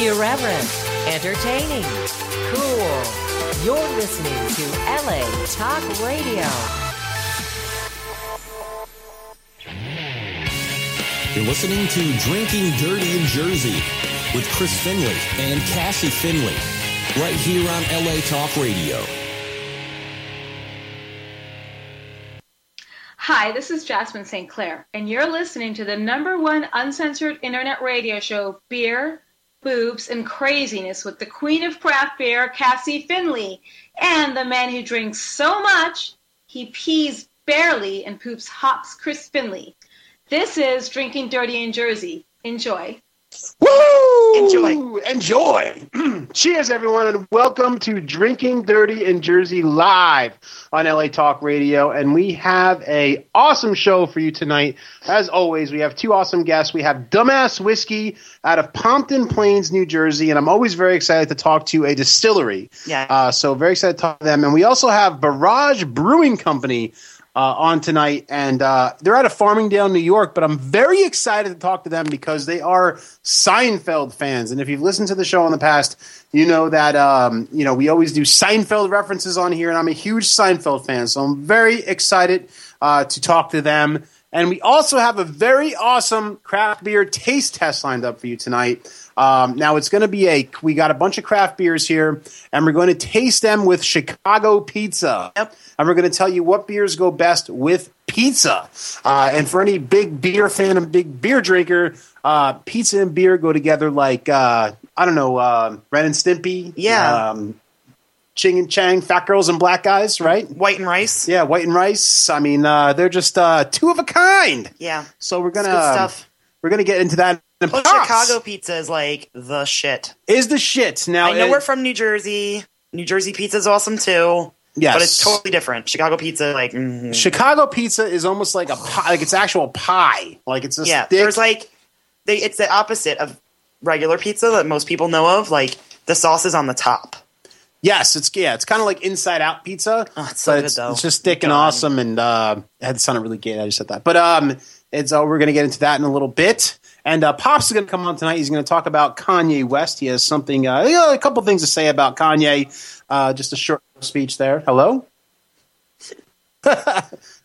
irreverent, entertaining, cool. You're listening to LA Talk Radio. You're listening to Drinking Dirty in Jersey with Chris Finley and Cassie Finley, right here on LA Talk Radio. Hi, this is Jasmine St. Clair, and you're listening to the number one uncensored internet radio show, Beer, Boobs, and Craziness, with the queen of craft beer, Cassie Finley, and the man who drinks so much he pees barely and poops hops, Chris Finley. This is Drinking Dirty in Jersey. Enjoy. Woo! Enjoy. Enjoy. Cheers, everyone, and welcome to Drinking Dirty in Jersey live on LA Talk Radio. And we have a awesome show for you tonight. As always, we have two awesome guests. We have Dumbass Whiskey out of Pompton Plains, New Jersey, and I'm always very excited to talk to a distillery. Yeah. Uh, so very excited to talk to them. And we also have Barrage Brewing Company uh, on tonight, and uh, they're out of Farmingdale, New York. But I'm very excited to talk to them because they are Seinfeld fans. And if you've listened to the show in the past, you know that um, you know we always do Seinfeld references on here, and I'm a huge Seinfeld fan. So I'm very excited uh, to talk to them. And we also have a very awesome craft beer taste test lined up for you tonight. Um, now it's going to be a we got a bunch of craft beers here, and we're going to taste them with Chicago pizza. Yep. And we're going to tell you what beers go best with pizza. Uh, and for any big beer fan and big beer drinker, uh, pizza and beer go together like uh, I don't know, uh, Ren and Stimpy, Yeah. um, Ching and Chang, Fat Girls and Black Guys, right? White and rice. Yeah, white and rice. I mean, uh, they're just uh, two of a kind. Yeah. So we're It's gonna um, good stuff. we're gonna get into that. in a Plus, box. Chicago pizza is like the shit. is the shit. Now I know Oh, it- we're from New Jersey. New Jersey pizza's awesome too. Yes. But it's totally different. Chicago pizza, like, mm, Chicago pizza is almost like a pie, like it's actual pie, like it's a yeah. stick. There's like, they, it's the opposite of regular pizza that most people know of. Like, the sauce is on the top. yes, it's yeah, it's kind of like inside out pizza. Oh, it's so but good, it's, though. it's just thick and God. awesome, and uh, that sounded really gay. I just said that, but um, it's uh, we're gonna get into that in a little bit. And uh, Pops is gonna come on tonight. He's gonna talk about Kanye West. He has something, uh, you know, a couple things to say about Kanye. Uh, just a short speech there. Hello.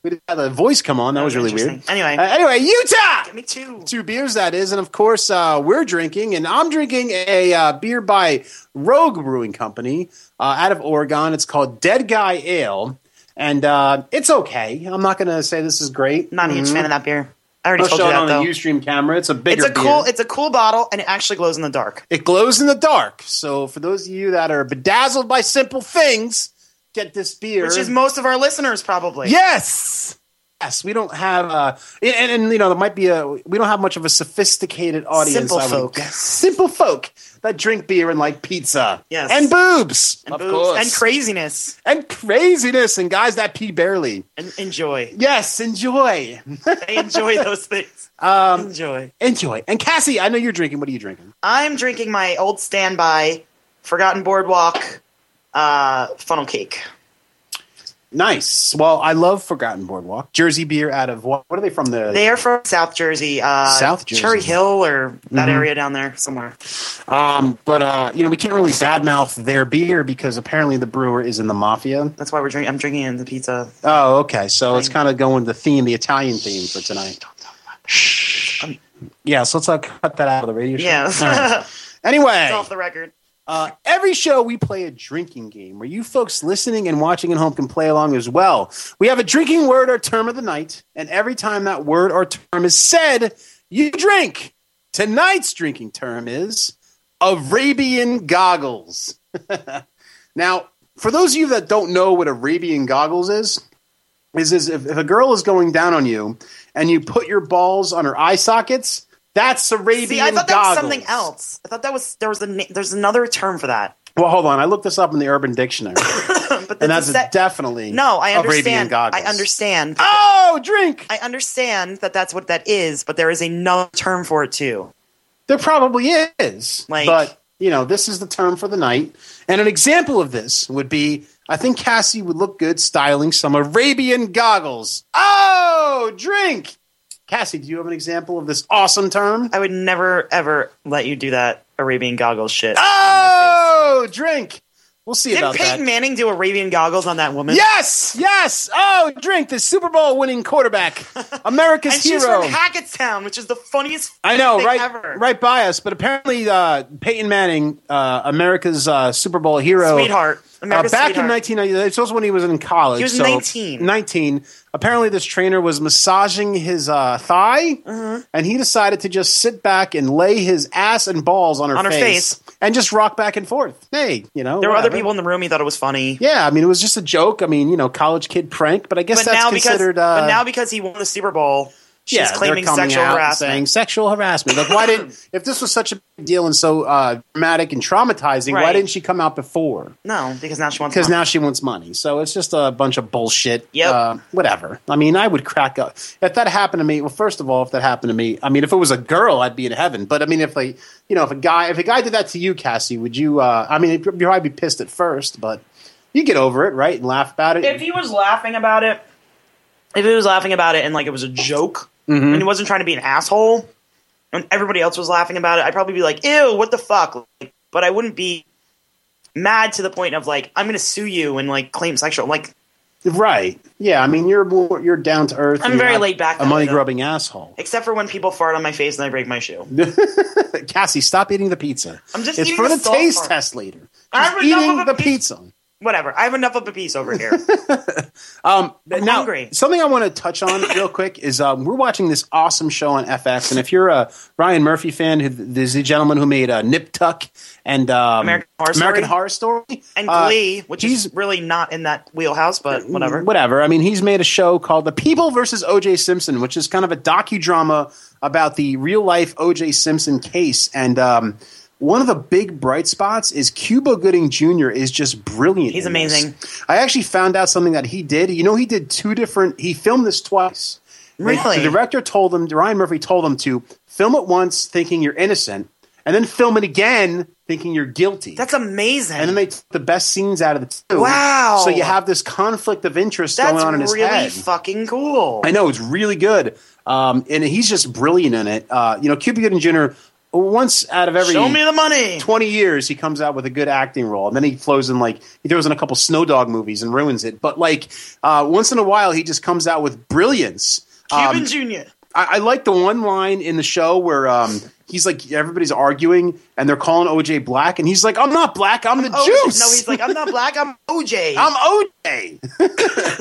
we didn't have the voice come on. That was really weird. Oh, Interesting. Anyway. Uh, anyway, Utah. Me too. two beers that is and of course uh, we're drinking and i'm drinking a uh, beer by rogue brewing company uh, out of oregon it's called dead guy ale and uh, it's okay i'm not gonna say this is great Not a huge fan of that beer. I already Mm-hmm. I'll told show you it that on though. the ustream camera it's a bigger It's a beer. cool. It's a cool bottle, and it actually glows in the dark. it glows in the dark so for those of you that are bedazzled by simple things get this beer Which is most of our listeners probably. Yes. Yes, we don't have uh and, and you know there might be a we don't have much of a sophisticated audience. Simple I would folk. guess. Simple folk that drink beer and like pizza. Yes. And boobs. And boobs and craziness. and craziness and guys that pee barely. And enjoy. Yes, enjoy. I enjoy those things. Um Enjoy. enjoy. And Cassie, I know you're drinking. What are you drinking? I'm drinking my old standby, Forgotten Boardwalk, uh, funnel cake. Nice. Well, I love Forgotten Boardwalk. Jersey beer out of what what are they from the They are from South Jersey, uh, South Jersey. Cherry Hill or that Mhm. area down there somewhere. um but uh you know we can't really badmouth their beer because apparently the brewer is in the mafia. That's why we're drinking. I'm drinking the pizza. Oh, okay. So it's Right. kind of going the theme, the Italian theme for tonight. Shh. Yeah, so let's uh, cut that out of the radio show. Yeah, All right. it's Anyway, off the record. uh, every show we play a drinking game where you folks listening and watching at home can play along as well. We have a drinking word or term of the night, and every time that word or term is said, you drink. Tonight's drinking term is Arabian goggles. now, for those of you that don't know what Arabian goggles is, is is if, if a girl is going down on you and you put your balls on her eye sockets, that's Arabian See, I thought that was goggles. something else. I thought that was there was a na- there's another term for that. Well, hold on. I looked this up in the Urban Dictionary, But and that's that's a set- definitely no. I Arabian understand. goggles. I understand. Oh, drink. I understand that that's what that is, but there is another term for it too. There probably is, Like- but you know, this is the term for the night. And an example of this would be, I think Cassie would look good styling some Arabian goggles. Oh, drink. Cassie, do you have an example of this awesome term? I would never ever let you do that. Arabian goggles shit. Oh, drink. We'll see Didn't Ah, about Peyton that. Manning do Arabian goggles on that woman? Yes, yes. Oh, drink the Super Bowl winning quarterback, America's and she's hero. from Hackettstown, which is the funniest. I know, thing right? Ever. Right by us, but apparently uh, Peyton Manning, uh, America's uh, Super Bowl hero, Sweetheart. Uh, America's back in sweetheart. 1990, it's also when he was in college. He was so 19. 19. Apparently, this trainer was massaging his uh, thigh, Mm-hmm. and he decided to just sit back and lay his ass and balls on her, On her face, and just rock back and forth. Hey, you know, There were other whatever. people in the room. He thought it was funny. Yeah, I mean, it was just a joke. I mean, you know, college kid prank, but I guess but that's now because considered. uh, but now because he won the Super Bowl, she's yeah, claiming they're coming sexual out and harassment. saying sexual harassment. Like, why didn't if this was such a big deal and so uh, dramatic and traumatizing? Why Right. didn't she come out before? no, because now she wants because money. now she wants money. So it's just a bunch of bullshit. Yep. Uh, whatever. I mean, I would crack up if that happened to me. Well, first of all, if that happened to me, I mean, if it was a girl, I'd be in heaven. But I mean, if like you know, if a guy, if a guy did that to you, Cassie, would you? Uh, I mean, you'd probably be pissed at first, but you get over it, right, and laugh about it. if he was laughing about it, if he was laughing about it and like it was a joke Mm-hmm. and he wasn't trying to be an asshole and everybody else was laughing about it, I'd probably be like, ew, what the fuck? Like, but I wouldn't be mad to the point of like, I'm going to sue you and like claim sexual. Like, right? Yeah. I mean, you're more, you're down to earth. I'm and you're very not laid back A that way, money though. grubbing asshole. except for when people fart on my face and I break my shoe. Cassie, stop eating the pizza. I'm just it's eating for the the, salt taste part. test later. I Just have enough eating of a the pizza. pizza. Whatever. I have enough of a piece over here. Uh, Um, I'm now, hungry. something I want to touch on real quick is um, we're watching this awesome show on FX, and if you're a Ryan Murphy fan, who, there's the gentleman who made uh, Nip Tuck and um, American Horror American Story. Horror Story and uh, Glee, which is he's- Mm-hmm. really not in that wheelhouse, but whatever. whatever. I mean, he's made a show called The People versus O.J. Simpson, which is kind of a docudrama about the real life O.J. Simpson case. And um, one of the big bright spots is Cuba Gooding Jr. is just brilliant. He's in this. amazing. I actually found out something that he did. You know, he did two different. He filmed this twice. And Really? The director told him. Ryan Murphy told him to film it once, thinking you're innocent, and then film it again, thinking you're guilty. That's amazing. And then they took the best scenes out of the two. Wow. So you have this conflict of interest That's going on in his really head. fucking cool. I know it's really good, um, and he's just brilliant in it. Uh, you know, Cuba Gooding Jr. Once out of every Show me the money. 20 years he comes out with a good acting role and then he flows in like he throws in a couple snow dog movies and ruins it but like uh, once in a while he just comes out with brilliance Cuban Um, Junior. I, I like the one line in the show where um, he's like everybody's arguing and they're calling oj black and he's like i'm not black i'm the Oh, juice No, he's like, I'm not black. I'm OJ. I'm OJ.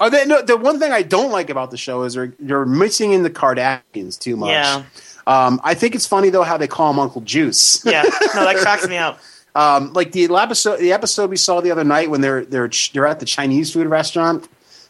Are they, no, the one thing I don't like about the show is they're, you're mixing in the Kardashians too much. Yeah. Um, I think it's funny though how they call him Uncle Juice. yeah, no, that cracks me up. Um, like the episode, the episode we saw the other night when they're they're they're at the Chinese food restaurant.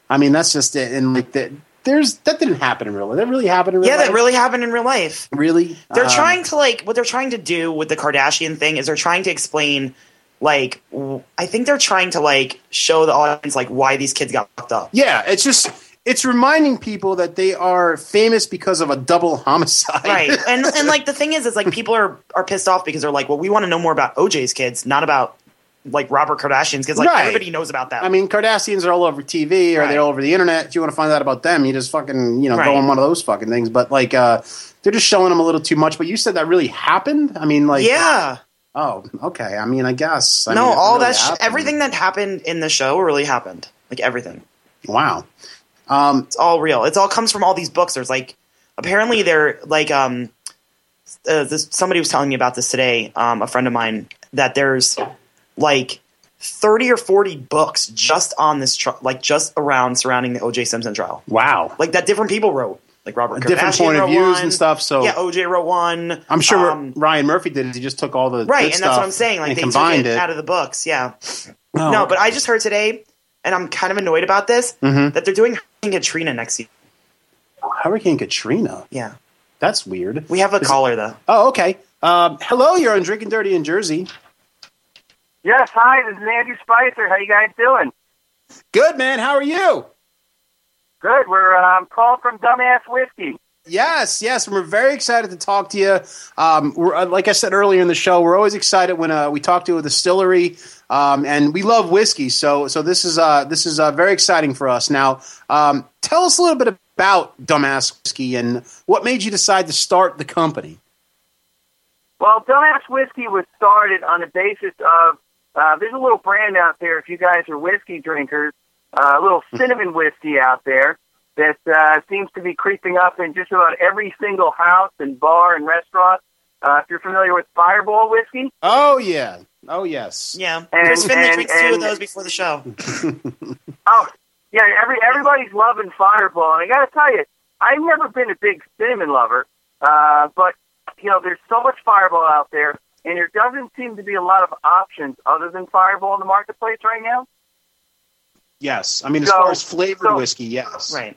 I mean, that's just it. And like that, there's that didn't happen in real life. That really happened in real Yeah, life. that really happened in real life. really. They're Um, trying to like what they're trying to do with the Kardashian thing is they're trying to explain like w- I think they're trying to like show the audience like why these kids got fucked up. Yeah, it's just it's reminding people that they are famous because of a double homicide. Right. And and like the thing is is like people are are pissed off because they're like, "Well, we want to know more about OJ's kids, not about like Robert Kardashian's kids." Like Right. everybody knows about that. I mean, Kardashians are all over TV or Right. they're all over the internet. If you want to find out about them, you just fucking, you know, Right. go on one of those fucking things. But like, uh, they're just showing them a little too much. But you said that really happened? I mean, like, yeah. Oh, okay. I mean, I guess. I no, mean, it all really that sh- happened. everything that happened in the show really happened. Like everything. Wow. Um, It's all real. It's all comes from all these books. There's like apparently they're like um uh, this, somebody was telling me about this today. Um, a friend of mine that there's like thirty or forty books just on this tr- like just around surrounding the O.J. Simpson trial. wow. Like that different people wrote like Robert Different Kardashian point of wrote views one. and stuff, so- yeah, O.J. wrote one. I'm sure Um, Ryan Murphy did it. He just took all the good right, and that's stuff what I'm saying. Like and they took combined it, out of the books. Yeah. Oh, No, but I just heard today, and I'm kind of annoyed about this Mhm. that they're doing Katrina next season. Hurricane Katrina. Yeah. That's weird. We have a caller though. Oh, okay. Um, hello, you're on Drinking Dirty in Jersey. Yes, hi, this is Andy Spicer. How you guys doing? Good man. How are you? Good. We're um, calling from Dumbass Whiskey. Yes, yes, and we're very excited to talk to you. Um, we're, uh, like I said earlier in the show, we're always excited when uh, we talk to a distillery, um, and we love whiskey. So, so this is uh, this is uh, very exciting for us. Now, um, tell us a little bit about Dumbass Whiskey and what made you decide to start the company. Well, Dumbass Whiskey was started on the basis of uh, there's a little brand out there if you guys are whiskey drinkers, uh, a little cinnamon whiskey out there that uh, seems to be creeping up in just about every single house and bar and restaurant. Uh, if you're familiar with Fireball whiskey, Oh yeah. Oh yes. Yeah. And- Chris Finley and- drinks two of and- those before the show. Oh, yeah, every everybody's loving Fireball, and I gotta tell you, I've never been a big cinnamon lover, uh, but you know, there's so much Fireball out there, and there doesn't seem to be a lot of options other than Fireball in the marketplace right now. Yes. I mean, as So- far as flavored so- whiskey, yes. Right.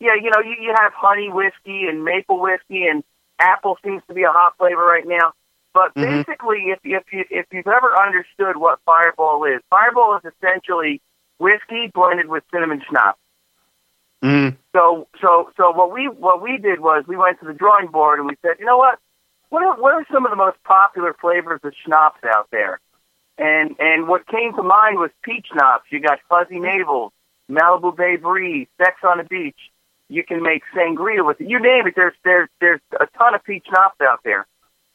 Yeah, you know, you, you have honey whiskey and maple whiskey, and apple seems to be a hot flavor right now. But Mhm. basically, if if you if you've ever understood what Fireball is, Fireball is essentially whiskey blended with cinnamon schnapps. Mm. So so so what we what we did was we went to the drawing board and we said, you know what? What are, what are some of the most popular flavors of schnapps out there? And and what came to mind was peach schnapps. You got fuzzy navel, Malibu Bay breeze, sex on the beach. You can make sangria with it. You name it. There's there's there's a ton of peach schnapps out there.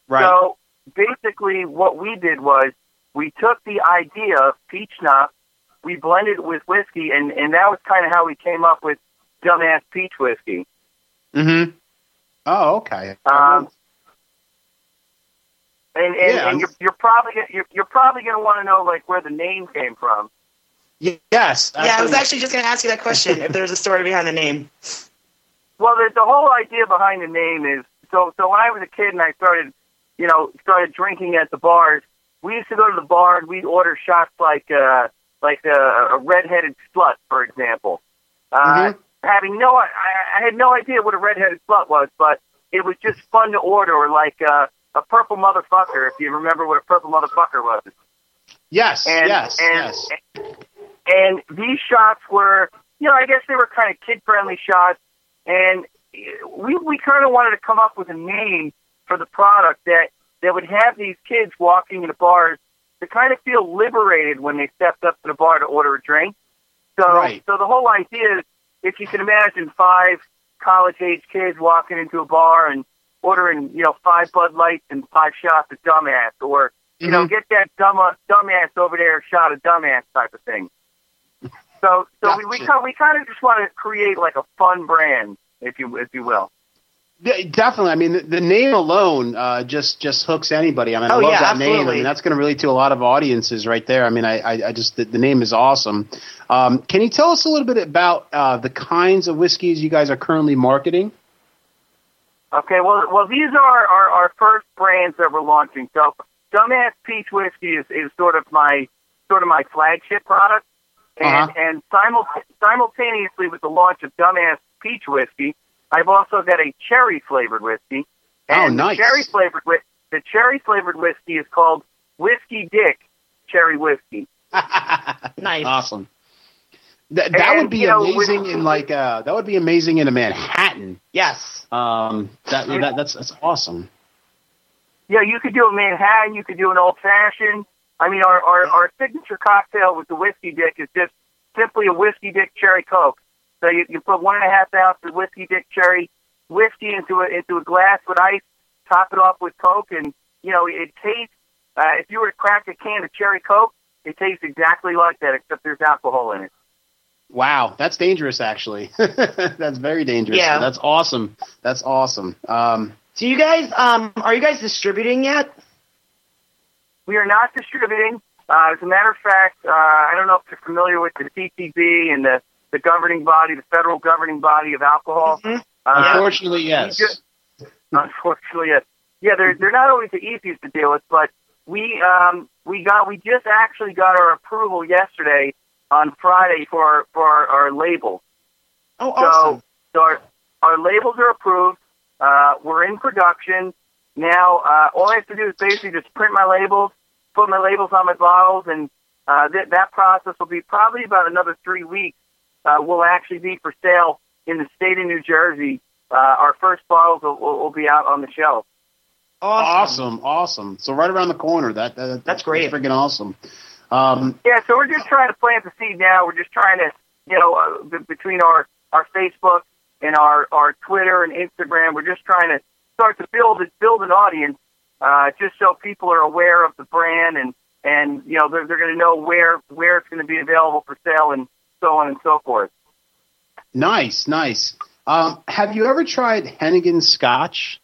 Right. So basically, what we did was we took the idea of peach schnapps, we blended it with whiskey, and, and that was kind of how we came up with dumbass peach whiskey. Mm-hmm. Oh, okay. Um, and and, Mm-hmm. Yeah. and you're, you're probably gonna- you're, you're probably going to want to know like where the name came from. Y- yes. Yeah, I was absolutely. actually just going to ask you that question if there's a story behind the name. Well, the, the whole idea behind the name is so. So when I was a kid and I started, you know, started drinking at the bars, we used to go to the bar and we'd order shots like uh, like uh, a redheaded slut, for example. Uh, Mhm. Having no, I, I- I had no idea what a redheaded slut was, but it was just fun to order, or like uh, a purple motherfucker, if you remember what a purple motherfucker was. Yes. And, yes. and, yes. And these shots were, you know, I guess they were kind of kid friendly shots. And we, we kind of wanted to come up with a name for the product that, that would have these kids walking into bars to kind of feel liberated when they stepped up to the bar to order a drink. So, Right. so the whole idea is if you can imagine five college age kids walking into a bar and ordering, you know, five Bud Lights and five shots of dumbass or you know, Mhm. get that dumb uh, dumbass over there, shot a dumbass type of thing. So, so we we, Gotcha. kind we kind of just want to create like a fun brand, if you if you will. De- Definitely. I mean, the, the name alone uh, just just hooks anybody. I mean, I Oh, love yeah, that name. I absolutely. mean, that's going to relate to a lot of audiences right there. I mean, I, I, I just the, the name is awesome. Um, can you tell us a little bit about uh, the kinds of whiskeys you guys are currently marketing? Okay, well, well, these are our, our first brands that we're launching. So, dumbass peach whiskey is, is sort of my sort of my flagship product, and Uh-huh. and simul- simultaneously with the launch of dumbass peach whiskey, I've also got a cherry flavored whiskey. Oh, And nice. The cherry flavored whi- the cherry flavored whiskey is called Whiskey Dick Cherry Whiskey. Nice. awesome. That that And, would be you know, with- amazing in like uh, that would be amazing in a Manhattan. yes. Um, that, that that's that's awesome. Yeah, you could do a Manhattan, you could do an old fashioned. I mean, our, our, our signature cocktail with the whiskey dick is just simply a whiskey dick cherry coke. So you, you put one and a half ounce of whiskey dick cherry whiskey into a into a glass with ice, top it off with coke, and you know it tastes. Uh, if you were to crack a can of cherry coke, it tastes exactly like that, except there's alcohol in it. Wow, that's dangerous. Actually, that's very dangerous. Yeah. that's awesome. That's awesome. Um, So you guys, um, are you guys distributing yet? We are not distributing. Uh, as a matter of fact, uh, I don't know if you're familiar with the CTB and the, the governing body, the federal governing body of alcohol. Uh, Unfortunately, yes. You just- unfortunately, yes. Yeah, they're they're not always the easiest to deal with, but we um we got we just actually got our approval yesterday on Friday for our, for our, our label. Oh, awesome. So, so our, our labels are approved. Uh, we're in production now. Uh, all I have to do is basically just print my labels, put my labels on my bottles, and uh, that that process will be probably about another three weeks. Uh, will actually be for sale in the state of New Jersey. Uh, our first bottles will, will, will be out on the shelf. awesome, awesome. awesome. So right around the corner. That, that That's great. Freaking awesome. Um, Yeah, so we're just trying to plant the seed now. We're just trying to, you know, uh, b- between our our Facebook and our our Twitter and Instagram, we're just trying to start to build build an audience uh, just so people are aware of the brand and and you know they're, they're going to know where where it's going to be available for sale and so on and so forth. Nice, nice. Um, have you ever tried Hennigan's Scotch?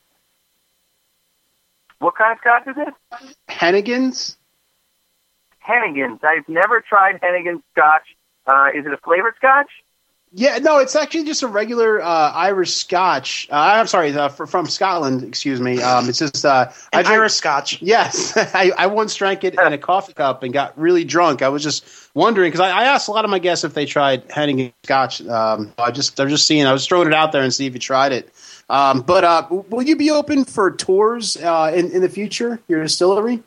What kind of scotch is it? Hennigan's? Hennigan's. I've never tried Hennigan's scotch. Uh, is it a flavored scotch? Yeah, no, it's actually just a regular uh, Irish Scotch. Uh, I'm sorry, uh, fr- from Scotland. Excuse me. Um, it's just uh, An drank- Irish Scotch. Yes, I, I once drank it in a coffee cup and got really drunk. I was just wondering because I, I asked a lot of my guests if they tried Hennigan Scotch. Um, I just they're just seeing. I was throwing it out there and see if you tried it. Um, but uh, w- will you be open for tours uh, in in the future? Your distillery?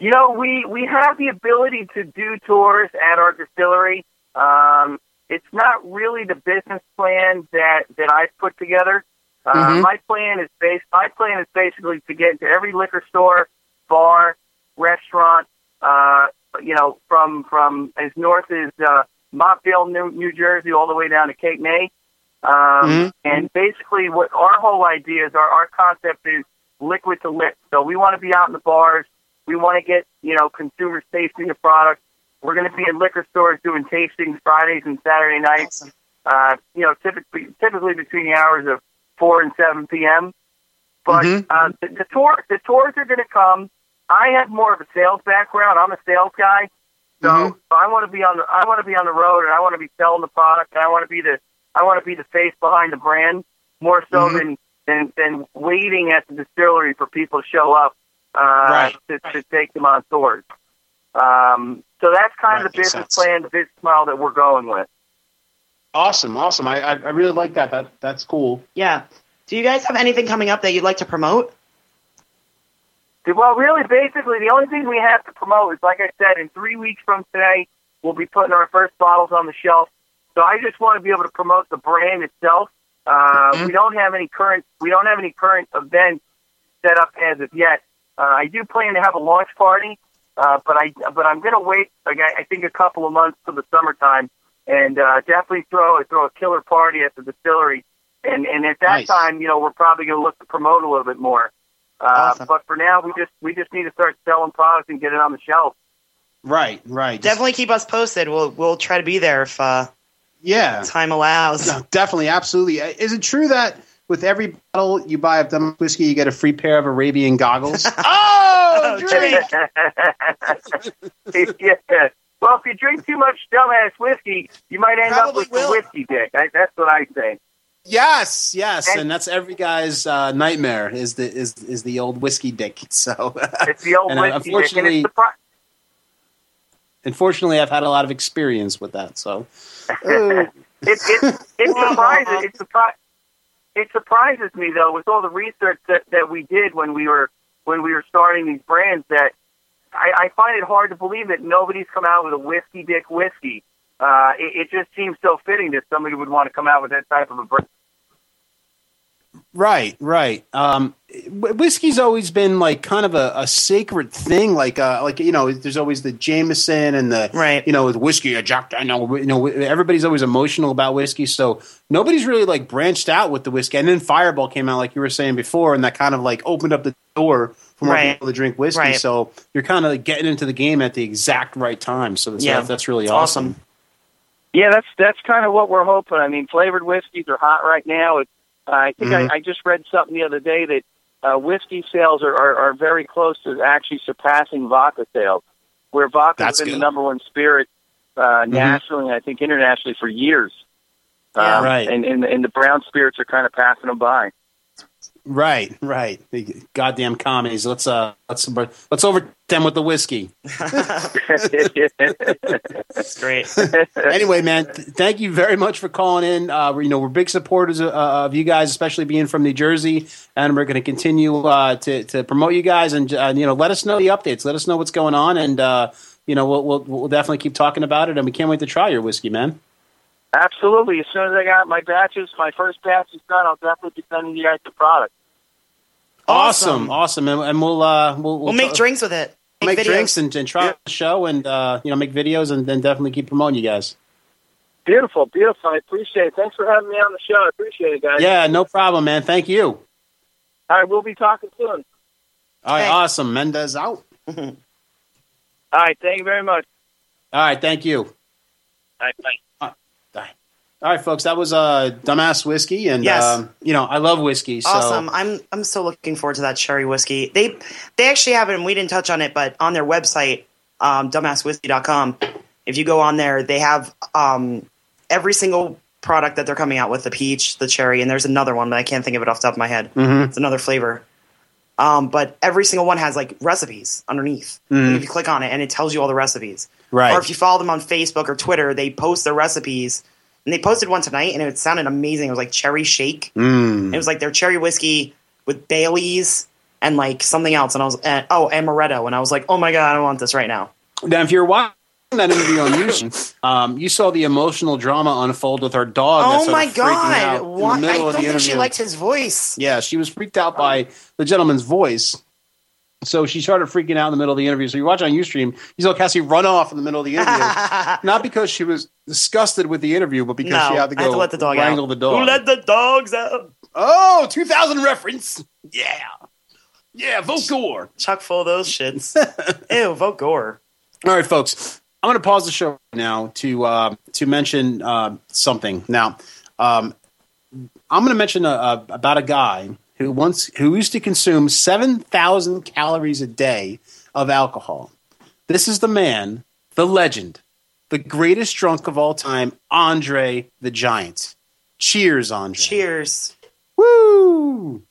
You know, we we have the ability to do tours at our distillery. Um, it's not really the business plan that that I put together. Uh, Mhm. My plan is based. My plan is basically to get into every liquor store, bar, restaurant. Uh, you know, from from as north as uh, Montville, New, New Jersey, all the way down to Cape May. Um, Mhm. And basically, what our whole idea is, our our concept is liquid to lip. So we want to be out in the bars. We want to get you know consumers tasting the product. We're going to be in liquor stores doing tastings Fridays and Saturday nights. Uh, you know, typically typically between the hours of four and seven p.m. But Mhm. uh, the, the tour the tours are going to come. I have more of a sales background. I'm a sales guy, so Mhm. I want to be on the I want to be on the road and I want to be selling the product and I want to be the I want to be the face behind the brand more so Mhm. than than than waiting at the distillery for people to show up uh, Right. to, to take them on tours. Um, so that's kind Right, of the makes business sense. plan, the business model that we're going with. Awesome, awesome. I I, I really like that. That that's cool. Yeah. Do you guys have anything coming up that you'd like to promote? Well, really, basically, the only thing we have to promote is, like I said, in three weeks from today, we'll be putting our first bottles on the shelf. So I just want to be able to promote the brand itself. Uh, We don't have any current we don't have any current events set up as of yet. Uh, I do plan to have a launch party, uh, but I but I'm going to wait. Like I, I think a couple of months till the summertime, and uh, definitely throw throw a killer party at the distillery. And and at that Nice. time, you know, we're probably going to look to promote a little bit more. Uh, Awesome. But for now, we just we just need to start selling products and get it on the shelf. Right, right. Just- Definitely keep us posted. We'll we'll try to be there if uh, Yeah. time allows. No, definitely, absolutely. Uh, Is it true that with every bottle you buy of Dumb whiskey, you get a free pair of Arabian goggles? oh, drink. yeah. Well, if you drink too much dumbass whiskey, you might end up Probably with the will. whiskey dick. I, that's what I say. Yes, yes, And- and that's every guy's uh, nightmare is the is is the old whiskey dick. So, It's the old And, uh, whiskey dick, and unfortunately- it's the pro- unfortunately, I've had a lot of experience with that. So, Ooh. it, it, it surprises it, surpri- it surprises me though with all the research that, that we did when we were when we were starting these brands that I, I find it hard to believe that nobody's come out with a whiskey dick whiskey. Uh, it, it just seems so fitting that somebody would want to come out with that type of a brand. Right, right. Um, wh- whiskey's always been like kind of a, a sacred thing. Like, uh, like you know, there's always the Jameson and the Right. You know, with whiskey, a Jack. I know, you know, everybody's always emotional about whiskey, so nobody's really like branched out with the whiskey. And then Fireball came out, like you were saying before, and that kind of like opened up the door for more Right. people to drink whiskey. Right. So you're kind of getting into the game at the exact right time. So that's Yeah. that's really Awesome. awesome. Yeah, that's that's kind of what we're hoping. I mean, flavored whiskeys are hot right now. It, I think Mhm. I, I just read something the other day that uh, whiskey sales are, are, are very close to actually surpassing vodka sales, where vodka has That's been the good. Mm-hmm. number one spirit uh, nationally and I think internationally for years. Yeah. Um, Right. And, and and the brown spirits are kind of passing them by. Right, right. Goddamn commies. Let's uh, let's let's over them with the whiskey. That's great. anyway, man, th- thank you very much for calling in. Uh, we're, you know, we're big supporters uh, of you guys, especially being from New Jersey, and we're going to continue uh, to to promote you guys and uh, you know let us know the updates, let us know what's going on, and uh, you know we'll, we'll we'll definitely keep talking about it, and we can't wait to try your whiskey, man. Absolutely. As soon as I got my batches, my first batch is done, I'll definitely be sending you guys the product. awesome, Awesome. awesome. and, and we'll, uh, we'll We'll make drinks with it. make videos. drinks, and, and try out the show, and uh, you know make videos, and then definitely keep promoting you guys. Beautiful, beautiful. I appreciate it. Thanks for having me on the show. I appreciate it, guys. Yeah, no problem, man. Thank you. All right, we'll be talking soon. All right, Thanks. awesome. Mendez out. All right. Thank you very much. All right, thank you. All right, bye. All right, folks, that was uh, dumbass whiskey, and Yes. um, you know I love whiskey. So. Awesome. I'm I'm so looking forward to that cherry whiskey. They they actually have it and we didn't touch on it, but on their website, um, dumbasswhiskey.com, if you go on there, they have um, every single product that they're coming out with, the peach, the cherry, and there's another one, but I can't think of it off the top of my head. Mhm. It's another flavor. Um, but every single one has like recipes underneath. Mm. If you click on it and it tells you all the recipes. Right. Or if you follow them on Facebook or Twitter, they post their recipes. And they posted one tonight and it sounded amazing. It was like cherry shake. Mm. It was like their cherry whiskey with Bailey's and like something else. And I was, and, oh, amaretto. And I was like, oh my God, I want this right now. Now, if you're watching that interview on YouTube, um, you saw the emotional drama unfold with her dog. that Oh, started my freaking out God. in the Why- I middle don't of the think she interview. liked his voice. Yeah, she was freaked out by the gentleman's voice. So she started freaking out in the middle of the interview. So you watch on Ustream, you saw Cassie run off in the middle of the interview. Not because she was disgusted with the interview, but because no, she had to I go have to let the dog wrangle out. the dog. Who let the dogs out? oh, 2000 reference. Yeah. Yeah, Volcor. Chuck full of those shits. Ew, vote Gore. All right, folks. I'm going to pause the show right now to uh, to mention uh, something. Now, um, I'm going to mention a, a, about a guy who once who used to consume 7,000 calories a day of alcohol. This is the man, the legend, the greatest drunk of all time, Andre the Giant. Cheers, Andre. Cheers. Woo!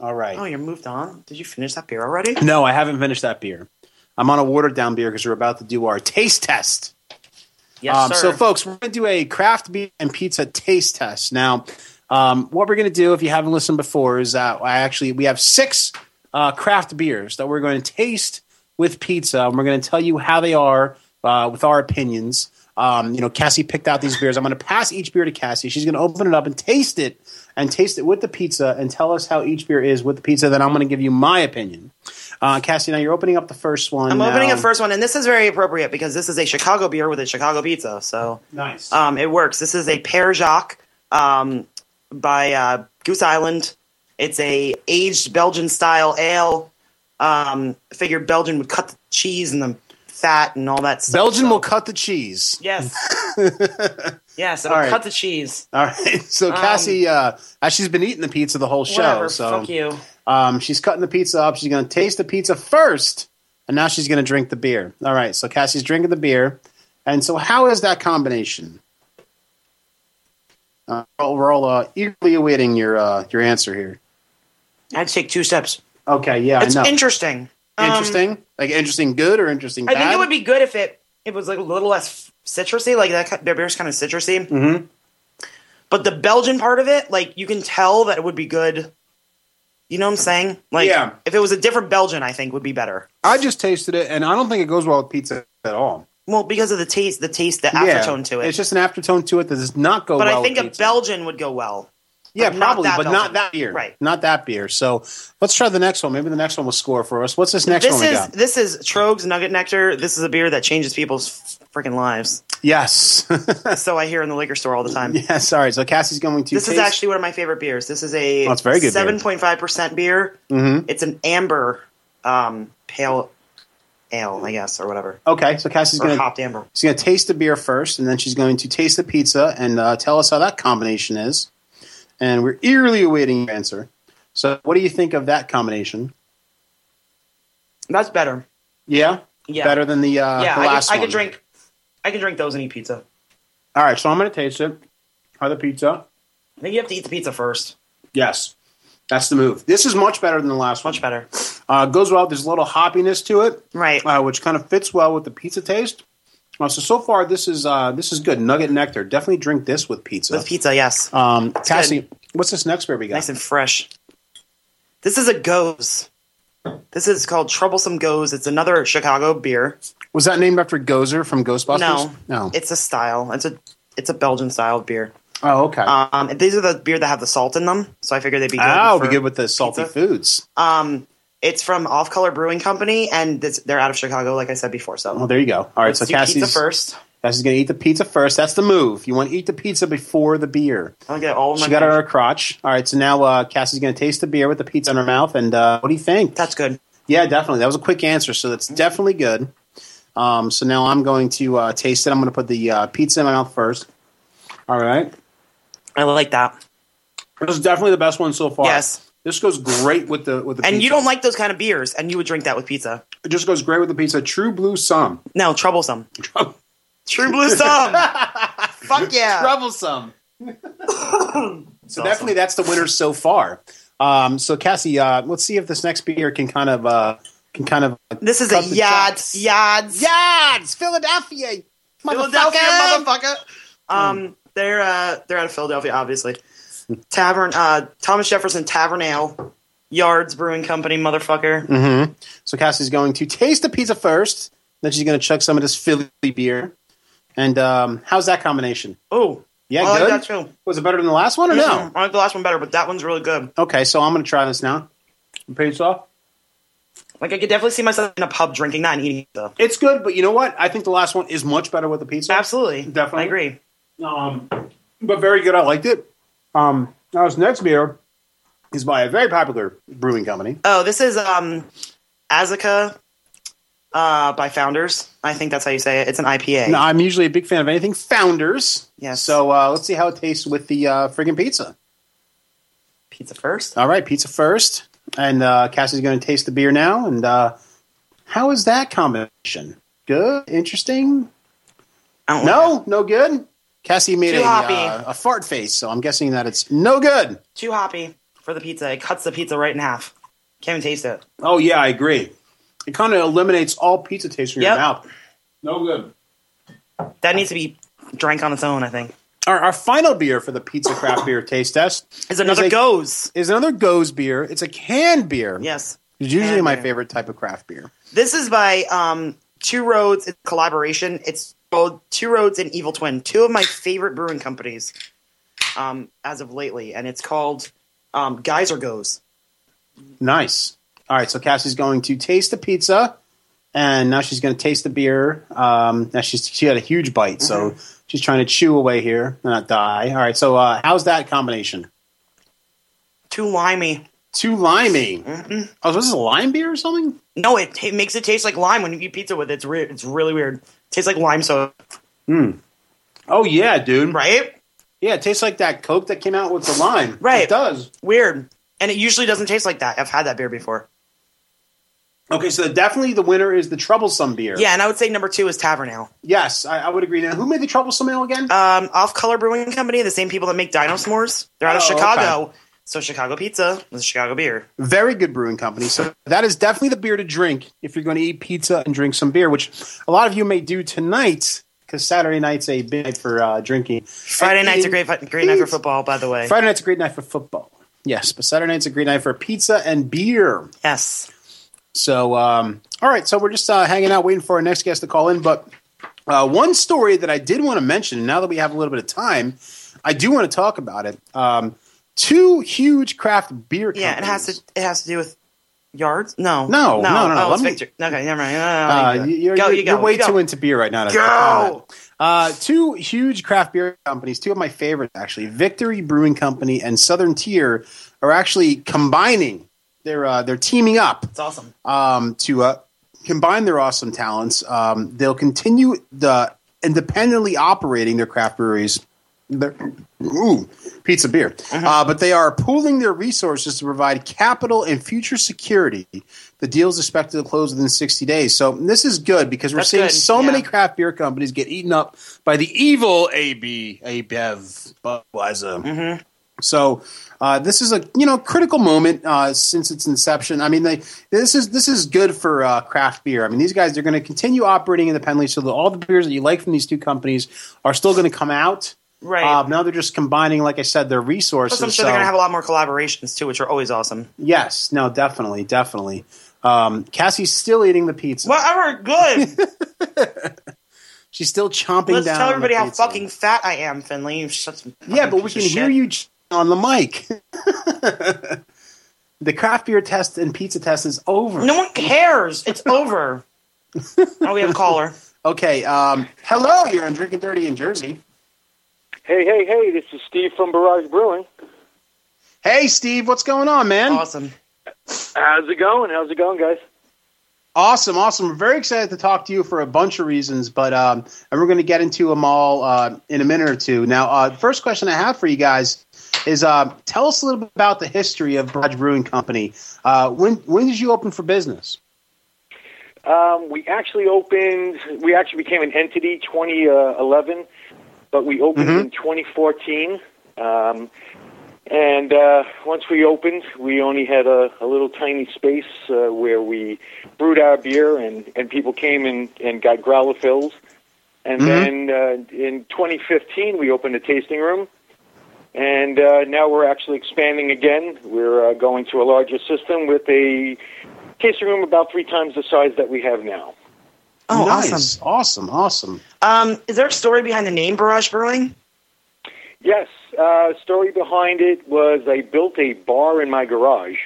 All right. Oh, you're moved on. Did you finish that beer already? No, I haven't finished that beer. I'm on a watered down beer because we're about to do our taste test. Yes, um, sir. So, folks, we're going to do a craft beer and pizza taste test. Now, um, what we're going to do, if you haven't listened before, is that I actually we have six uh, craft beers that we're going to taste with pizza, and we're going to tell you how they are uh, with our opinions. Um, you know, Cassie picked out these beers. I'm going to pass each beer to Cassie. She's going to open it up and taste it, and taste it with the pizza, and tell us how each beer is with the pizza. Then I'm going to give you my opinion. Uh, Cassie, now you're opening up the first one. Um, I'm opening now. the first one, and this is very appropriate because this is a Chicago beer with a Chicago pizza. So Nice. Um, it works. This is a Pear Jacques um, by uh, Goose Island. It's a aged Belgian style ale. Um, figured Belgian would cut the cheese and the fat and all that stuff. Belgian so- will cut the cheese. Yes. yes, it'll All right. cut the cheese. All right. So Um, Cassie, uh, as she's been eating the pizza the whole show, Whatever. so Fuck you. um, she's cutting the pizza up. She's going to taste the pizza first, and now she's going to drink the beer. All right. So Cassie's drinking the beer, and so how is that combination? Uh, we're all uh, eagerly awaiting your uh, your answer here. I'd take two steps. Okay. Yeah, It's I know. interesting. Um, interesting, like interesting, good or interesting? I think bad? it would be good if it it was like a little less citrusy. Like that, ki- their beer's kind of citrusy. Mhm. But the Belgian part of it, like you can tell that it would be good. You know what I'm saying? Like Yeah. if it was a different Belgian, I think would be better. I just tasted it, and I don't think it goes well with pizza at all. Well, because of the taste, the taste, the aftertone Yeah. to it. It's just an aftertone to it that does not go but well. I think with a pizza. Belgian would go well. Yeah, But not probably, that but Belgian. not that beer. Right. Not that beer. So let's try the next one. Maybe the next one will score for us. What's this next this one is we got? this is Trogues Nugget Nectar. This is a beer that changes people's freaking lives. Yes. so I hear in the liquor store all the time. yes. All right. So Cassie's going to. This taste. is actually one of my favorite beers. This is a Oh, it's very good beer. seven point five percent beer. Mhm. It's an amber um, pale ale, I guess, or whatever, Okay. So Cassie's or going to. hopped amber. She's going to taste the beer first, and then she's going to taste the pizza and uh, tell us how that combination is. And we're eagerly awaiting your answer. So, what do you think of that combination? That's better. Yeah, Yeah, better than the, uh, yeah, the I, last could, I one. could drink. I could drink those and eat pizza. All right, so I'm going to taste it. Other pizza. I think you have to eat the pizza first. Yes, that's the move. This is much better than the last one. Much better. Uh, goes well. There's a little hoppiness to it, Right. uh, which kind of fits well with the pizza taste. Uh, so so far, this is uh, this is good. Nugget nectar. Definitely drink this with pizza. With pizza, yes. um, Cassie, what's this next beer we got? Nice and fresh. This is a goes. This is called Troublesome Goes. It's another Chicago beer. Was that named after Gozer from Ghostbusters? No, no. It's a style. It's a it's a Belgian style beer. oh, okay. Um, and these are the beer that have the salt in them, so I figured they'd be good. Ah, for- we good with the salty pizza. foods. Um, it's from Off Color Brewing Company, and it's, they're out of Chicago, like I said before. So, Oh, there you go. All right, Let's so do pizza Cassie's, first. Cassie's gonna eat the pizza first. That's the move. You want to eat the pizza before the beer. I'll get all of my. She got it on her crotch. All right, so now uh, Cassie's gonna taste the beer with the pizza in her mouth. And uh, what do you think? That's good. Yeah, definitely. That was a quick answer, so that's Mm-hmm. definitely good. Um, so now I'm going to uh, taste it. I'm going to put the uh, pizza in my mouth first. All right. I like that. This is definitely the best one so far. Yes. This goes great with the with the And pizza. you don't like those kind of beers, and you would drink that with pizza. it just goes great with the pizza. True blue sun. No, troublesome. True blue sum. Fuck yeah. Troublesome. so awesome. definitely that's the winner so far. Um, so Cassie, uh, let's see if this next beer can kind of uh, can kind of this is a Cut the yad, chops. yad, Yads, Philadelphia, Philadelphia, motherfucker. motherfucker. Um, they're uh, they're out of Philadelphia, obviously. Tavern, uh, Thomas Jefferson Tavern Ale, Yards Brewing Company, motherfucker. Mm-hmm. So Cassie's going to taste the pizza first. Then she's going to chug some of this Philly beer. And um, how's that combination? Oh, Yeah, I good. like that too. Was it better than the last one or Mm-mm, no? I like the last one better, but that one's really good. Okay, so I'm going to try this now. Pizza. Like I could definitely see myself in a pub drinking that and eating pizza. It's good, but you know what? I think the last one is much better with the pizza. Absolutely, Definitely. I agree. Um, but very good. I liked it. Um, now this next beer is by a very popular brewing company. Oh, this is um, Azica, uh, by Founders. I think that's how you say it. It's an IPA. Now, I'm usually a big fan of anything Founders. Yes. So uh, let's see how it tastes with the uh, friggin' pizza. Pizza first. All right, pizza first, and uh, Cassie's going to taste the beer now. And uh, how is that combination? Good, interesting. I don't like it. No, no good. Cassie made Too a, hoppy. uh, a fart face, so I'm guessing that it's no good. too hoppy for the pizza. It cuts the pizza right in half. Can't even taste it. Oh yeah, I agree. It kind of eliminates all pizza taste from Yep. your mouth. No good. That needs to be drank on its own. I think Our, our final beer for the pizza craft beer taste test is another a- goes. is another Goes beer. It's a canned beer. Yes, it's usually canned my beer. favorite type of craft beer. this is by um, Two Roads. It's a collaboration. It's called Two Roads and Evil Twin. Two of my favorite brewing companies um, as of lately, and it's called um, Geyser Goes. Nice. All right, so Cassie's going to taste the pizza, and now she's going to taste the beer. Um, now she's she had a huge bite, so Mm-hmm. she's trying to chew away here, not die. All right, so uh, how's that combination? Too limey. Too limey. Mm-mm. Oh, so this is a lime beer or something? No, it, it makes it taste like lime when you eat pizza with it. It's weird. It's really weird. tastes like lime soda, Oh yeah, dude. right? Yeah, it tastes like that Coke that came out with the lime. Right. It does. Weird. And it usually doesn't taste like that. I've had that beer before. Okay, so definitely the winner is the troublesome beer. Yeah, and I would say number two is Tavern Ale. Yes, I, I would agree. Now, who made the troublesome ale again? Um, Off Color Brewing Company, the same people that make Dino S'mores. They're out of Oh, Chicago. So Chicago pizza is Chicago beer. very good brewing company. So that is definitely the beer to drink if you're going to eat pizza and drink some beer, which a lot of you may do tonight because Saturday night's a big night for uh, drinking. Friday And night's a eating- great great night for football, by the way. Friday night's a great night for football. Yes, but Saturday night's a great night for pizza and beer. yes. So, um, all right, so we're just uh, hanging out waiting for our next guest to call in. But uh, one story that I did want to mention, and now that we have a little bit of time, I do want to talk about it. Um, two huge craft beer companies. Yeah, it has to it has to do with yards? No. No, no, no, no. Oh, Let it's me- Victor. Okay, never mind. No, no, no, Uh, you do it. you're, go, you're, you go. you're way you go. too into beer right now. to- to comment. Go. Uh, two huge craft beer companies, two of my favorites actually, Victory Brewing Company and Southern Tier, are actually combining. They're uh, they're teaming up It's awesome. um, to uh, combine their awesome talents. Um, they'll continue the independently operating their craft breweries. Their, ooh, pizza beer. Uh-huh. Uh, but they are pooling their resources to provide capital and future security. The deal is expected to close within 60 days. So this is good because we're That's seeing good, so many yeah. craft beer companies get eaten up by the evil AB, ABEV, E Budweiser. Mm-hmm. So uh, this is a you know critical moment uh, since its inception. I mean, they, this is this is good for uh, craft beer. I mean, these guys are going to continue operating independently, so that all the beers that you like from these two companies are still going to come out. Right. Uh, now they're just combining, like I said, their resources. Plus, I'm sure so- they're gonna have a lot more collaborations too, which are always awesome. yes, no, definitely, definitely. Um, Cassie's still eating the pizza. Whatever, good. She's still chomping Let's down. tell on the everybody how pizza. fucking fat I am, Finley. You shut some Yeah, fucking but we piece can of hear shit. you ch- on the mic. the craft beer test and pizza test is over. No one cares. It's over. oh, we have a caller. Okay. Um, hello, you're on Drinking Dirty in Jersey. Hey, hey, hey, this is Steve from Barrage Brewing. Hey, Steve, what's going on, man? Awesome. How's it going? How's it going, guys? Awesome, awesome. We're very excited to talk to you for a bunch of reasons, but um, and we're going to get into them all uh, in a minute or two. Now, uh, the first question I have for you guys is: uh, Tell us a little bit about the history of Barrage Brewing Company. Uh, when when did you open for business? Um, we actually opened. We actually became an entity 2011, but we opened in 2014. Um, and uh, once we opened, we only had a, a little tiny space uh, where we brewed our beer, and, and people came and, and got growler fills. And then uh, in 2015, we opened a tasting room, and uh, now we're actually expanding again. We're uh, going to a larger system with a tasting room about three times the size that we have now. Oh, nice. awesome. awesome, awesome. Um, is there a story behind the name Barrage Brewing? Yes, uh, story behind it was I built a bar in my garage,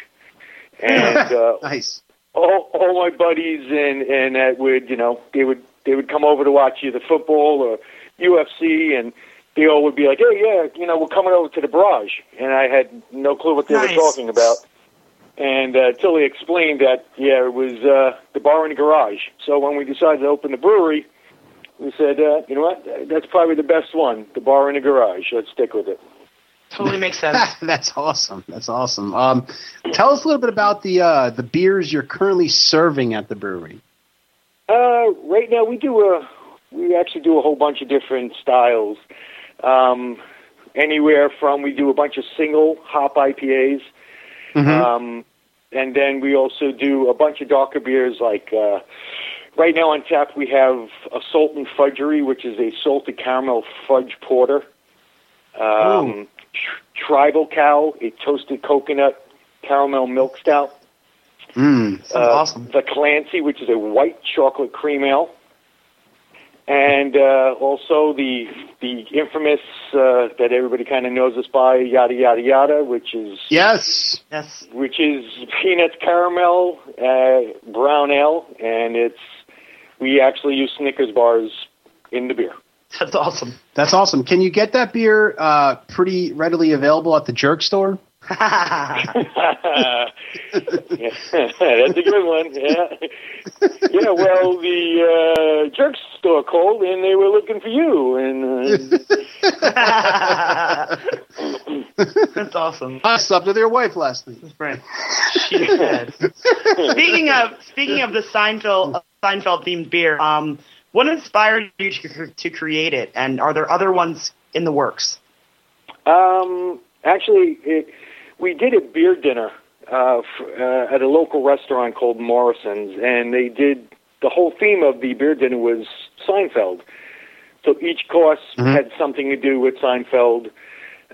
and uh, Nice. all, all my buddies and and that would you know they would they would come over to watch either football or UFC, and they all would be like, hey yeah, you know we're coming over to the barrage, and I had no clue what they Nice. were talking about. And uh, Tilly explained that yeah, it was uh, the bar in the garage. So when we decided to open the brewery, we said, uh, you know what, that's probably the best one, the bar in the garage. Let's stick with it. Totally makes sense. That's awesome. That's awesome. Um, tell us a little bit about the uh, the beers you're currently serving at the brewery. Uh, right now we do a we actually do a whole bunch of different styles. Um, anywhere from we do a bunch of single hop IPAs, um, and then we also do a bunch of darker beers. Like uh, right now on tap we have a salt and fudgery, which is a salted caramel fudge porter. Um, tr- tribal cow, a toasted coconut caramel milk stout. Sounds Uh, awesome. The Clancy, which is a white chocolate cream ale, and uh, also the the infamous uh, that everybody kind of knows us by yada yada yada, which is Yes. Yes. which is peanut caramel uh, brown ale, and it's we actually use Snickers bars in the beer. That's awesome. That's awesome. Can you get that beer uh, pretty readily available at the jerk store? That's a good one. Yeah, yeah. Well, the uh, jerk store called, and they were looking for you, and. Uh, That's awesome. I slept with your wife last night. Right. She said. speaking of speaking of the Seinfeld uh, Seinfeld themed beer, um, what inspired you to, to create it, and are there other ones in the works? Um, actually, it, we did a beer dinner uh, f- uh, at a local restaurant called Morrison's, and they did the whole theme of the beer dinner was Seinfeld. So each course had something to do with Seinfeld.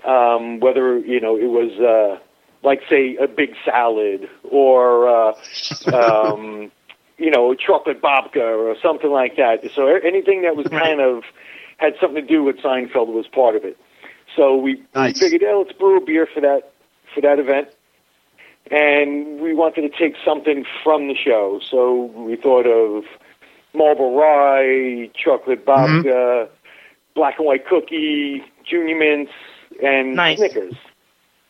Um, whether you know it was uh, like say a big salad or uh, um, you know chocolate babka or something like that. So a- anything that was kind of had something to do with Seinfeld was part of it. So we Nice. figured, oh, let's brew a beer for that for that event, and we wanted to take something from the show. So we thought of Marble Rye, Chocolate Babka, Black and White Cookie, Junior Mints, and Nice. Snickers.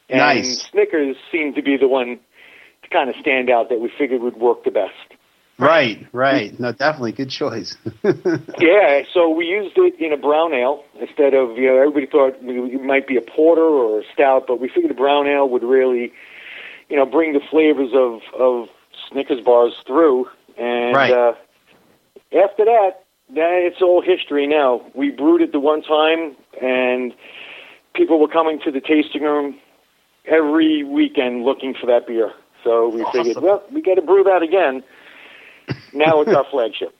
And Nice. Snickers seemed to be the one to kind of stand out that we figured would work the best. Right, right. No, definitely good choice. Yeah, so we used it in a brown ale instead of you know everybody thought it might be a porter or a stout, but we figured a brown ale would really, you know, bring the flavors of of Snickers bars through. And Right. uh, after that, that it's all history now. We brewed it the one time, and people were coming to the tasting room every weekend looking for that beer. So we figured, well, we got to brew that again. Now it's our flagship.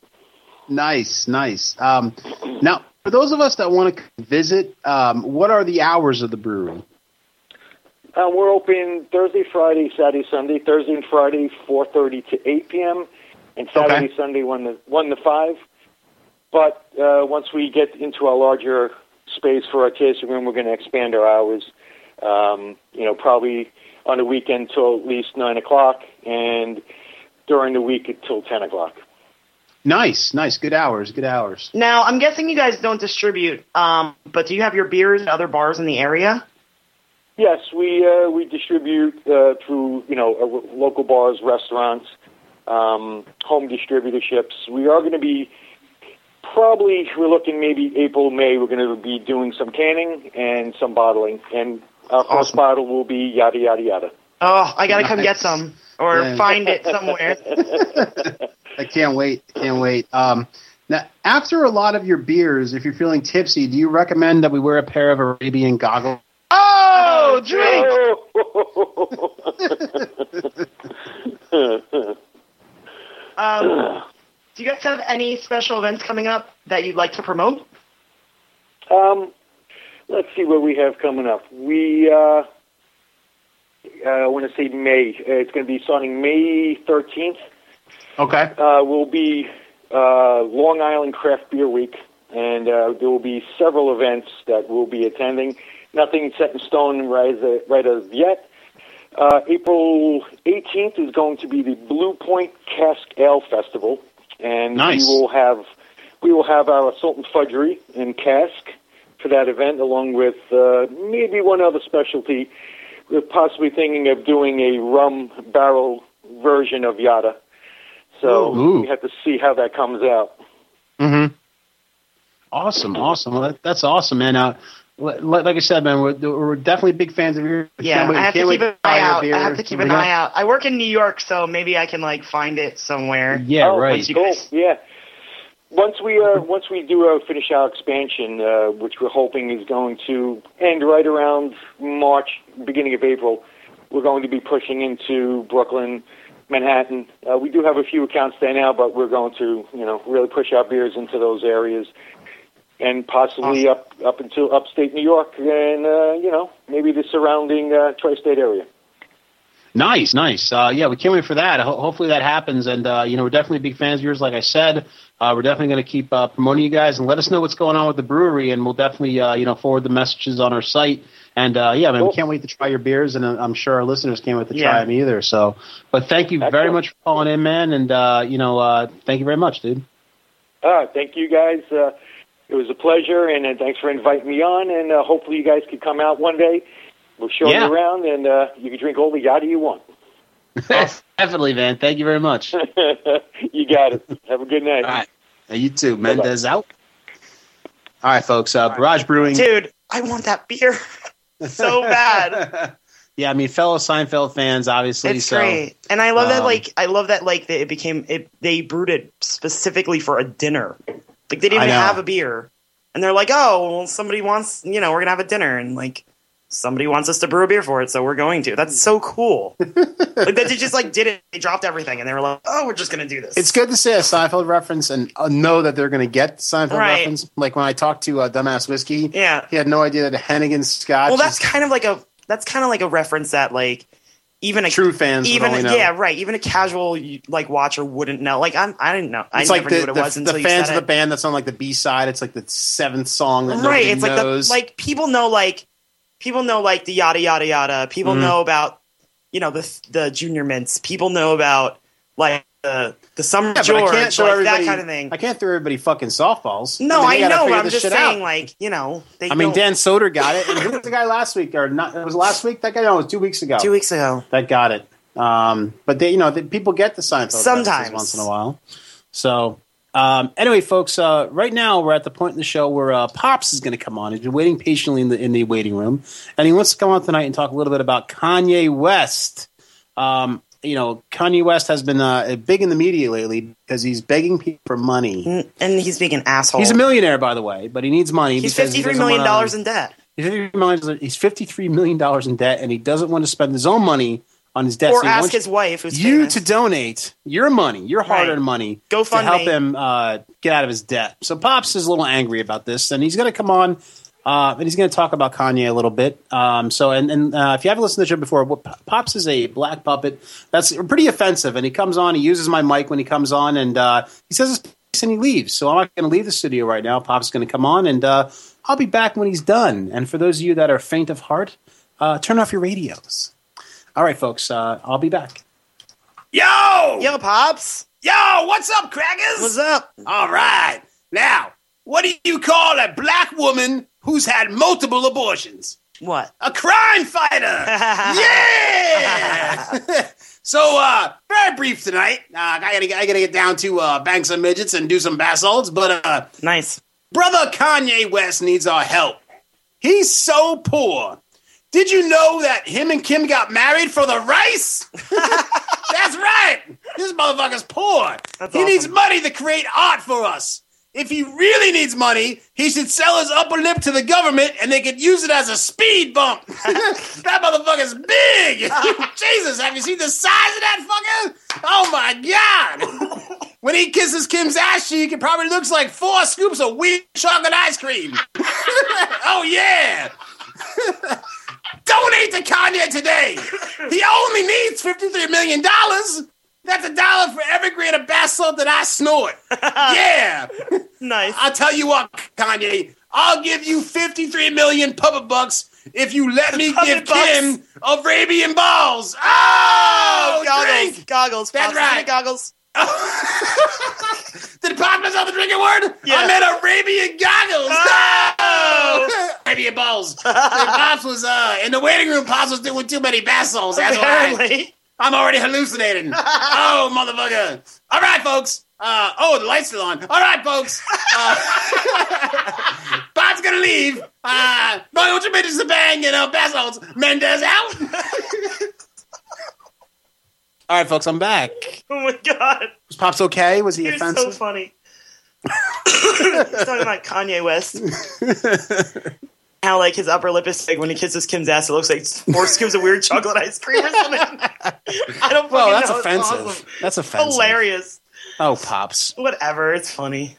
nice, nice. Um, now, for those of us that want to visit, um, what are the hours of the brewery? Uh, we're open Thursday, Friday, Saturday, Sunday. Thursday and Friday, four thirty to eight p.m. and Saturday, Okay. Sunday, one to one to five. But uh, once we get into our larger space for our tasting room, we're going to expand our hours. Um, you know, probably on the weekend till at least nine o'clock, and during the week until ten o'clock. Nice, nice. Good hours, good hours. Now, I'm guessing you guys don't distribute, um, but do you have your beers at other bars in the area? Yes, we uh, we distribute uh, through you know uh, local bars, restaurants, um, home distributorships. We are going to be probably we're looking maybe April, May. We're going to be doing some canning and some bottling, and our first Awesome. bottle will be yada yada yada. Oh, I gotta come Nice. get some or Yeah. find it somewhere. I can't wait. I can't wait. Um, now, after a lot of your beers, if you're feeling tipsy, do you recommend that we wear a pair of Arabian goggles? Oh, drink! Um, do you guys have any special events coming up that you'd like to promote? Um, let's see what we have coming up. We, uh, I want to say May. Uh, It's going to be starting May 13th. Okay. Uh, will be uh, Long Island Craft Beer Week, and uh, there will be several events that we'll be attending. Nothing set in stone right as, right as yet. Uh, April 18th is going to be the Blue Point Cask Ale Festival, and Nice. we will have we will have our salt and fudgery and cask for that event, along with uh, maybe one other specialty. We're possibly thinking of doing a rum barrel version of Yada. So Ooh. we have to see how that comes out. Mm-hmm. Awesome, awesome. Well, that, that's awesome, man. Uh, li- li- like I said, man, we're, we're definitely big fans of your. we Yeah, can't wait- I have to can't keep wait an eye try your out. beer. I have to keep an eye out. I work in New York, so maybe I can like find it somewhere. Yeah, oh, right. you Cool. guys- Yeah. Once we uh, once we do uh, finish our expansion, uh, which we're hoping is going to end right around March, beginning of April, we're going to be pushing into Brooklyn, Manhattan. Uh, we do have a few accounts there now, but we're going to you know really push our beers into those areas, and possibly up up until upstate New York, and uh, you know maybe the surrounding uh, tri-state area. Nice, nice. Uh, yeah, we can't wait for that. Ho- hopefully that happens. And, uh, you know, we're definitely big fans of yours, like I said. Uh, we're definitely going to keep uh, promoting you guys and let us know what's going on with the brewery. And we'll definitely, uh, you know, forward the messages on our site. And, uh, yeah, man, Cool. we can't wait to try your beers. And uh, I'm sure our listeners can't wait to Yeah. try them either. So, but thank you very Excellent. much for calling in, man. And, uh, you know, uh, thank you very much, dude. All right, Ah, thank you guys. Uh, it was a pleasure, and uh, thanks for inviting me on. And uh, hopefully, you guys can come out one day. We'll show Yeah. you around, and uh, you can drink all the yada you want. definitely, man. Thank you very much. All you got it. Have a good night. right. And you too. Mendez out. All right, folks. Uh, Barrage Brewing. Dude, I want that beer. So bad. yeah, I mean, fellow Seinfeld fans, obviously. It's so great, and I love that. um, Like, I love that. Like, that it became it. They brewed it specifically for a dinner. Like, they didn't I even know. have a beer, and they're like, "Oh, well, somebody wants. You know, we're gonna have a dinner, and like, somebody wants us to brew a beer for it, so we're going to. That's so cool. like that they just like did it. They dropped everything, and they were like, "Oh, we're just gonna do this. It's good to say a Seinfeld reference and uh, know that they're going to get the Seinfeld Right. reference. Like when I talked to uh, Dumbass Whiskey, yeah. he had no idea that Hennigan Scotch Well, that's is kind of like a that's kind of like a reference that like even a true fans even would a, only know. yeah right even a casual like watcher wouldn't know. Like I'm I didn't know. It's I like never the, knew what it the- was the until you fans said of the it. band that's on like the B side. It's like the seventh song that right nobody it's like the, knows. like people know like people know like the yada yada yada people Mhm. know about you know the the junior mints people know about like the the summer Yeah, but I george can't throw like that everybody- kind of thing I can't throw everybody fucking softballs. no mean, i, they gotta know figure but i'm this just shit saying out. like you know they I mean, don't- Dan Soder got it. And who was the guy last week? Or not? It was last week. That guy? No, it was two weeks ago. two weeks ago that got it. Um, but they, you know, the, people get the Seinfeld Sometimes. references once in a while. So um, anyway, folks, uh, right now we're at the point in the show where uh, Pops is going to come on. He's been waiting patiently in the in the waiting room, and he wants to come on tonight and talk a little bit about Kanye West. Um, you know, Kanye West has been uh, big in the media lately because he's begging people for money. N- and he's being an asshole He's a millionaire, by the way, but he needs money. Oh. He's because he 53 doesn't million wanna- dollars in debt He's $53 million he's fifty-three million dollars in debt, and he doesn't want to spend his own money on his debt. or so he ask wants- his wife who's you famous. to donate your money, your Right. hard-earned money, Go to fund help me. him uh, get out of his debt. So Pops is a little angry about this, and he's going to come on uh, and he's going to talk about Kanye a little bit. Um, so, and, and uh, if you haven't listened to the show before, what, Pops is a black puppet. That's pretty offensive, and he comes on. He uses my mic when he comes on, and uh, he says his piece and he leaves. So I'm not going to leave the studio right now. Pops is going to come on, and uh, I'll be back when he's done. And for those of you that are faint of heart, uh, turn off your radios. All right, folks, uh, I'll be back. Yo! yo pops Yo, what's up, crackers? what's up All right. Now, what do you call a black woman who's had multiple abortions? what A crime fighter. yeah. so, uh, I brief tonight. Uh, I gotta get- I gotta get down to uh, bank some midgets and do some basalts, but uh, Nice. brother Kanye West needs our help. He's so poor. Did you know that him and Kim got married for the rice? That's right. This motherfucker's poor. That's he needs awesome. money to create art for us. If he really needs money, he should sell his upper lip to the government and they could use it as a speed bump. that motherfucker's big. Jesus, have you seen the size of that fucker? Oh my God. when he kisses Kim's ass cheek, it probably looks like four scoops of weird chocolate ice cream. oh yeah. Donate to Kanye today. He only needs $53 million. That's a dollar for every grain of bath salt that I snort. yeah. Nice. I'll tell you what, Kanye. I'll give you 53 million puppet bucks if you let me give Puppet bucks? Kim Arabian balls. Oh, goggles. drink. Goggles. That's Pops, isn't it right. Goggles. Did pop myself the drinking word? I Yeah. meant Arabian goggles. Oh! Arabian balls. Pops was uh, in the waiting room. Pops was doing too many bath salts. That's why. Apparently. I'm already hallucinating. oh, motherfucker. All right, folks. Uh, oh, the light's still on. All right, folks. Uh, Bob's gonna leave. Uh, Boy, what you bitches a bang, you know, basalts. Mendez out. All right, folks, I'm back. Oh my god. Was Pops okay? Was he You're so offensive? funny. He's talking about Kanye West. How like his upper lip is big when he kisses Kim's ass. It looks like four scoops of weird chocolate ice cream or something. I don't. Whoa, fucking Oh, that's know. It's offensive. awesome. That's offensive. Hilarious. Oh, Pops. Whatever. It's funny.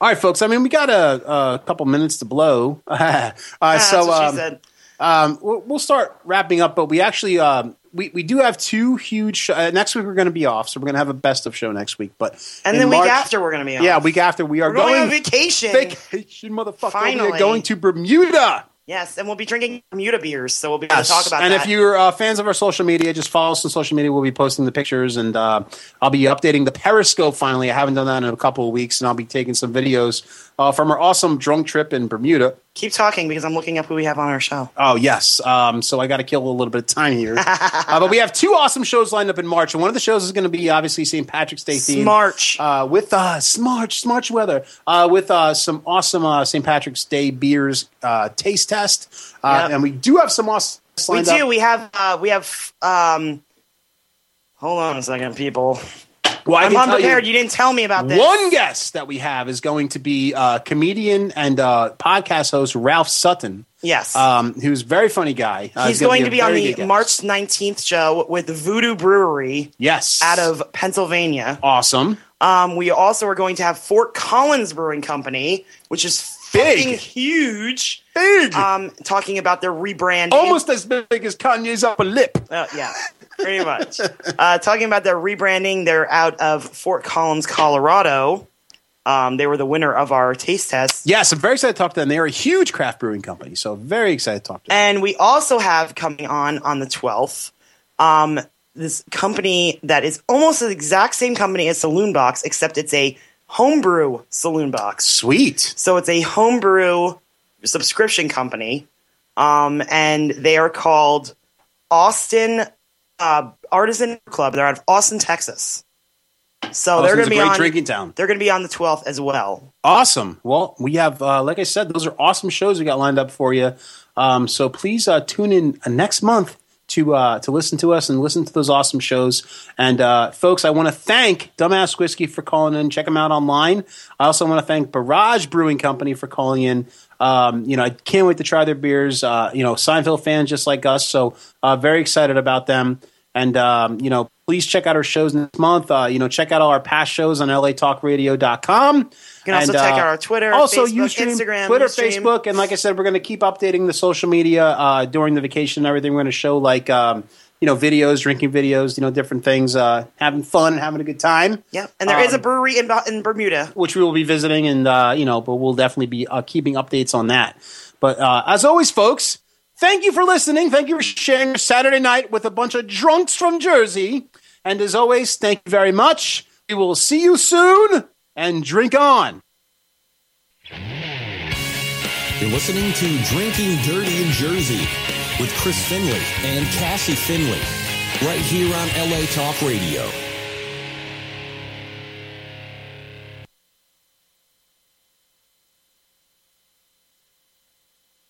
All right, folks. I mean, we got a, a couple minutes to blow. uh, Ah, so, that's what um, she said. um, we'll, we'll start wrapping up, but we actually um, we we do have two huge. Sh- uh, next week we're going to be off, so we're going to have a best of show next week. But And in then March- week after we're gonna be on. yeah, week after we are We're going, going, on vacation. vacation, motherfucker. We are Finally. going to Bermuda. yes, and we'll be drinking Bermuda beers, so we'll be Yes. able to talk about and that. if you're uh, fans of our social media, just follow us on social media. We'll be posting the pictures, and uh, I'll be updating the Periscope. Finally, I haven't done that in a couple of weeks, and I'll be taking some videos uh, from our awesome drunk trip in Bermuda. Keep talking because I'm looking up who we have on our show. Oh yes. Um, so I got to kill a little bit of time here, uh, but we have two awesome shows lined up in March, and one of the shows is going to be obviously St. Patrick's Day themed. March. Uh, with uh, smart, smart weather, uh, with uh, some awesome uh, St. Patrick's Day beers uh, taste test, uh, Yep. and we do have some awesome. we lined do. up. We have. Uh, we have. Um, hold on a second, people. Well, I can I'm tell unprepared. You, didn't tell me about this. One guest that we have is going to be uh, comedian and uh, podcast host Ralph Sutton, Yes. um, who's a very funny guy. Uh, He's going gonna a to be on very good the guest. March 19th show with Voodoo Brewery Yes, out of Pennsylvania. awesome. Um, we also are going to have Fort Collins Brewing Company, which is Big. fucking huge. Big. Um, talking about their rebranding. Uh, almost as big as Kanye's upper lip. Uh, yeah, pretty much. Uh, talking about their rebranding, they're out of Fort Collins, Colorado. Um, they were the winner of our taste test. Yes, I'm very excited to talk to them. They are a huge craft brewing company, so very excited to talk to them. And we also have coming on on the 12th um, this company that is almost the exact same company as Saloon Box, except it's a homebrew Saloon Box. Sweet. So it's a homebrew subscription company, um, and they are called Austin uh, Artisan Club. They're out of Austin, Texas. So Oh, they're this going is a to be great on. drinking town. They're going to be on the 12th as well. Awesome. Well, we have, uh, like I said, those are awesome shows we got lined up for you. Um, so please uh, tune in uh, next month to uh, to listen to us and listen to those awesome shows. And uh, folks, I want to thank Dumbass Whiskey for calling in. Check them out online. I also want to thank Barrage Brewing Company for calling in. Um, you know, I can't wait to try their beers. Uh, you know, Seinfeld fans just like us, so uh, very excited about them. And, um, you know, please check out our shows next month. Uh, you know, check out all our past shows on latalkradio.com. You can also And, check uh, out our Twitter, also Facebook, Ustream, Instagram, Twitter, Ustream. Facebook, and like I said, we're going to keep updating the social media uh, during the vacation and everything. We're going to show like um, you know videos, drinking videos, you know different things, uh, having fun and having a good time, Yep, and there is a Um, brewery in, Bo- in Bermuda. which we will be visiting, and uh, you know, but we'll definitely be uh, keeping updates on that. But uh, as always, folks. Thank you for listening. Thank you for sharing your Saturday night with a bunch of drunks from Jersey. And as always, thank you very much. We will see you soon and drink on. You're listening to Drinking Dirty in Jersey with Chris Finley and Cassie Finley right here on LA Talk Radio.